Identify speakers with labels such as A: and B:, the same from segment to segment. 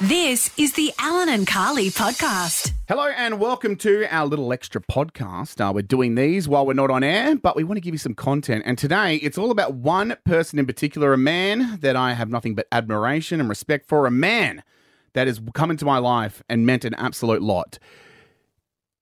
A: This is the Alan and Carly podcast.
B: Hello and welcome to our little extra podcast. Uh, we're doing these while we're not on air, but we want to give you some content. And today it's all about one person in particular, a man that I have nothing but admiration and respect for, a man that has come into my life and meant an absolute lot.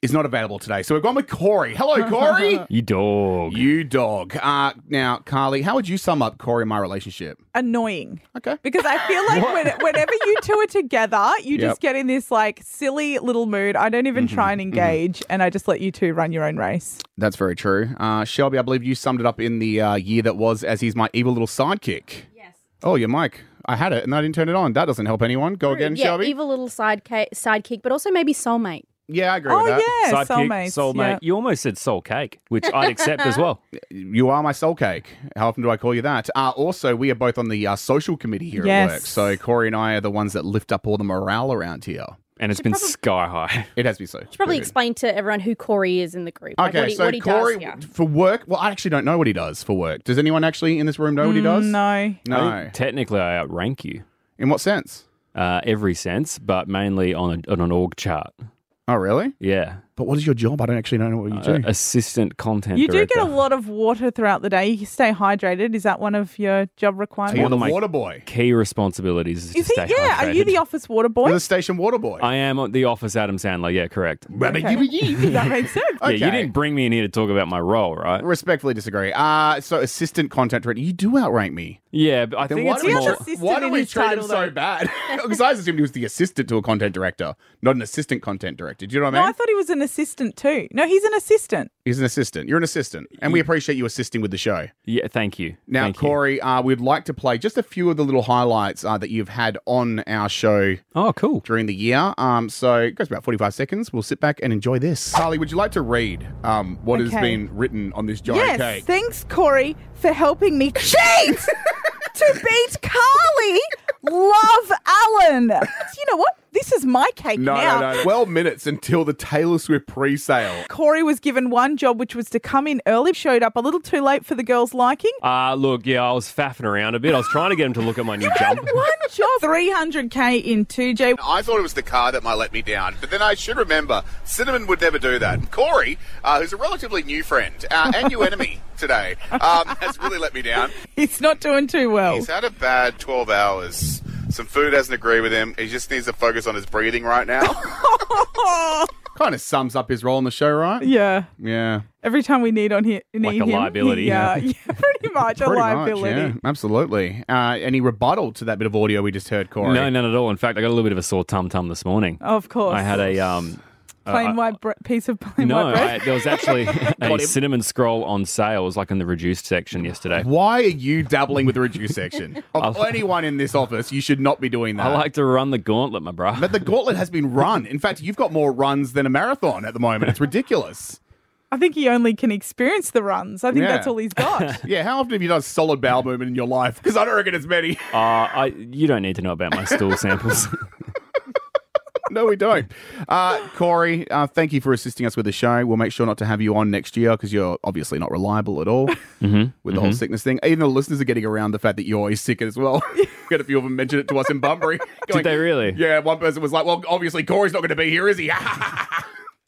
B: Is not available today. So we've gone with Corey. Hello, Corey.
C: You dog.
B: you dog. Uh, now, Carly, how would you sum up Corey and my relationship?
D: annoying
B: Okay.
D: because I feel like when, whenever you two are together, you
B: Yep.
D: just get in this like silly little mood. I don't
C: Mm-hmm.
D: even try and engage, and I just let you two run your own race.
B: That's very true. Uh, Shelby, I believe you summed it up in the uh, year that was as he's my evil little sidekick. Yes. Oh, your mic. I had it and I didn't turn it on. That doesn't help anyone. Go again,
E: yeah,
B: Shelby.
E: evil little sidekick, sidekick, but also maybe soulmate.
B: yeah, I agree
D: Oh
B: with that.
D: yeah,
C: Sidekick,
D: soulmates,
C: soulmate.
D: yeah.
C: You almost said soul cake, which I'd accept as well.
B: You are my soul cake. How often do I call you that? Uh, also, we are both on the uh, social committee here
D: Yes.
B: at work. So Corey and I are the ones that lift up all the morale around here.
C: And it's been sky high.
B: It has been so.
E: Should probably
B: so good.
E: explain to everyone who Corey is in the group. like
B: Okay,
E: what he,
B: so
E: what he
B: Corey
E: does here.
B: for work. Well, I actually don't know what he does for work. Does anyone actually in this room know what he does?
D: Mm, Oh, No,
C: I
B: No.
C: think Technically, I outrank you
B: In what sense?
C: uh, every sense, but mainly on, a, on an org chart.
B: Oh, really?
C: Yeah.
B: But what is your job? I don't actually know what you do.
C: Uh, assistant content
D: you do
C: director.
D: get a lot of water throughout the day. You stay hydrated. Is that one of your
B: Are
D: job
B: you
D: requirements?
B: the
C: One of my-
B: water boy?
C: Key responsibilities is, to
D: Is
C: stay
D: it? Yeah. Are you
C: hydrated.
D: the office water
B: You're
D: boy?
B: the station water boy.
C: I am the office Adam Sandler. Yeah, correct.
D: Does that make sense?
B: Okay.
C: Yeah, you didn't bring me in here to talk about my role, right?
B: Respectfully disagree. Uh, so assistant content director, you do outrank me.
C: Yeah, but I
B: Then
C: think
B: why
C: it's
B: do, we,
D: He
C: more.
D: has
B: tr-
D: assistant
B: why do
D: in
B: we
D: his
B: treat him
D: title,
B: so
D: though.
B: bad? Because I assumed he was the assistant to a content director, not an assistant content director. Do you know what I
D: No,
B: mean?
D: I thought he was an assistant too. No, he's an assistant.
B: He's an assistant. You're an assistant, and we appreciate you assisting with the show.
C: Yeah, thank you.
B: Now,
C: Thank you.
B: Corey, uh, we'd like to play just a few of the little highlights uh, that you've had on our show
C: Oh, cool.
B: during the year. Um, so it goes about 45 seconds. We'll sit back and enjoy this. Carly, would you like to read um, what has
D: Okay.
B: been written on this giant
D: Yes.
B: cake?
D: Thanks, Corey, for helping me cheat to beat Carly. Love Alan. You know what? This is my cake
B: No,
D: now.
B: no, no. 12 minutes until the Taylor Swift pre sale.
D: Corey was given one job, which was to come in early. Showed up a little too late for the girls' liking.
C: Uh, look, yeah, I was faffing around a bit. I was trying to get him to look at my new jumper.
D: One job, 300k in 2G.
B: I thought it was the car that might let me down, but then I should remember Cinnamon would never do that. Corey, uh, who's a relatively new friend uh, and new enemy today, um, has really let me down.
D: He's not doing too well.
B: He's had a bad 12 hours. Some food hasn't agreed with him. He just needs to focus on his breathing right now. kind of sums up his role on the show, right?
D: Yeah.
B: Yeah.
D: Every time we need on here,
C: Like
D: need
C: a
D: him,
C: liability.
D: Yeah, yeah, pretty much a
B: Pretty much,
D: liability.
B: yeah, absolutely. Uh, any rebuttal to that bit of audio we just heard, Corey?
C: No, none at all. In fact, I got a little bit of a sore tum tum this morning.
B: Oh,
D: Of course.
C: I had a um. uh,
D: plain
C: I-
D: white bre- piece of plain
C: no,
D: white bread.
C: I, there was actually a
B: him.
C: cinnamon scroll on sale. It was like in the reduced section yesterday.
B: Why are you dabbling with the reduced section? Of anyone in this office, you should not be doing that.
C: I like to run the gauntlet, my bro.
B: but the gauntlet has been run. In fact, you've got more runs than a marathon at the moment. It's ridiculous.
D: I think he only can experience the runs. I think
B: Yeah.
D: that's all he's got.
B: Yeah, how often have you done solid bowel movement in your life? Because I don't reckon it's many.
C: Uh, I, you don't need to know about my stool samples.
B: no, we don't. Uh, Corey, uh, thank you for assisting us with the show. We'll make sure not to have you on next year because you're obviously not reliable at all
C: Mm-hmm.
B: with the whole sickness thing. Even the listeners are getting around the fact that you're always sick as well. we had a few of them mention it to us in Bunbury.
C: Did
B: going,
C: they really?
B: Yeah, one person was like, well, obviously Corey's not going to be here, is he?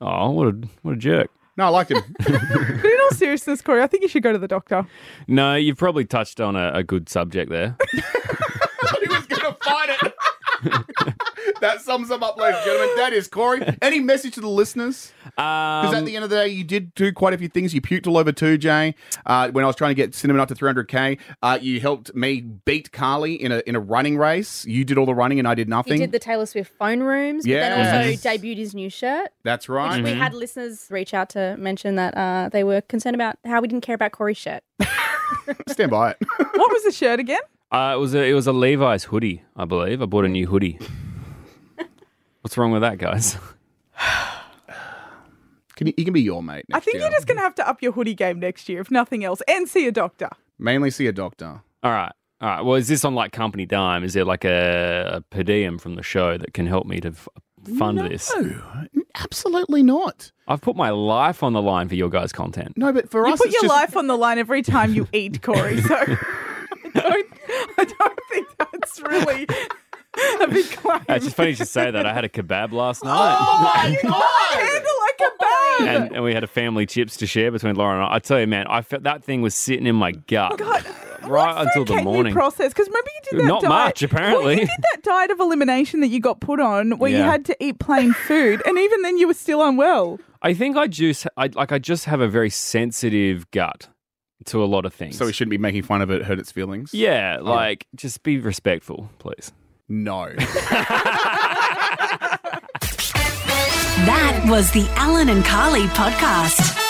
C: Oh, what a what a jerk.
B: no, I liked him.
D: but in all seriousness, Corey, I think you should go to the doctor.
C: No, you've probably touched on a, a good subject there.
B: thought he was going to find it. that sums him up, ladies and gentlemen. That is Corey. Any message to the listeners? Because at
C: Um,
B: the end of the day, you did do quite a few things. You puked all over 2J uh, when I was trying to get Cinnamon up to 300K. Uh, you helped me beat Carly in a in a running race. You did all the running and I did
E: He
B: nothing.
E: did the Taylor Swift phone rooms, but then
B: Yes.
E: also debuted his new shirt,
B: That's
E: which
B: right.
E: we had listeners reach out to mention that uh, they were concerned about how we didn't care about Corey's shirt.
B: Stand by it.
D: What was the shirt again?
C: uh, it was a, it was a Levi's hoodie, I believe. I bought a new hoodie. What's wrong with that, guys?
B: Can you, you can be your mate.
D: I
B: next
D: think
B: year.
D: you're just going to have to up your hoodie game next year, if nothing else, and see a doctor.
B: mainly see a doctor.
C: All right. All right. Well, is this on like company dime? Is there like a, a per diem from the show that can help me to f- fund this?
B: No, absolutely not.
C: I've put my life on the line for your guys' content.
B: No, but for
D: You
B: us,
D: put
B: it's
D: your
B: just-
D: life on the line every time you eat, Corey. So I don't, I don't think that's really a a big claim.
C: It's just funny you should say that. I had a kebab last
B: Oh
C: night.
B: my god!
D: Handle like a bag.
C: And, and we had a family chips to share between Laura and I. I tell you, man, I felt that thing was sitting in my gut right until the morning.
D: process because remember you did that
C: Not
D: diet.
C: much,
D: Well,
C: apparently.
D: you did that diet of elimination that you got put on where you
C: Yeah.
D: had to eat plain food, and even then you were still unwell.
C: I think I just, I, like, I just have a very sensitive gut to a lot of things.
B: So we Oh. shouldn't be making fun of it. Hurt its feelings.
C: yeah, like, just be respectful, please.
B: No.
A: That was the Alan and Carly podcast.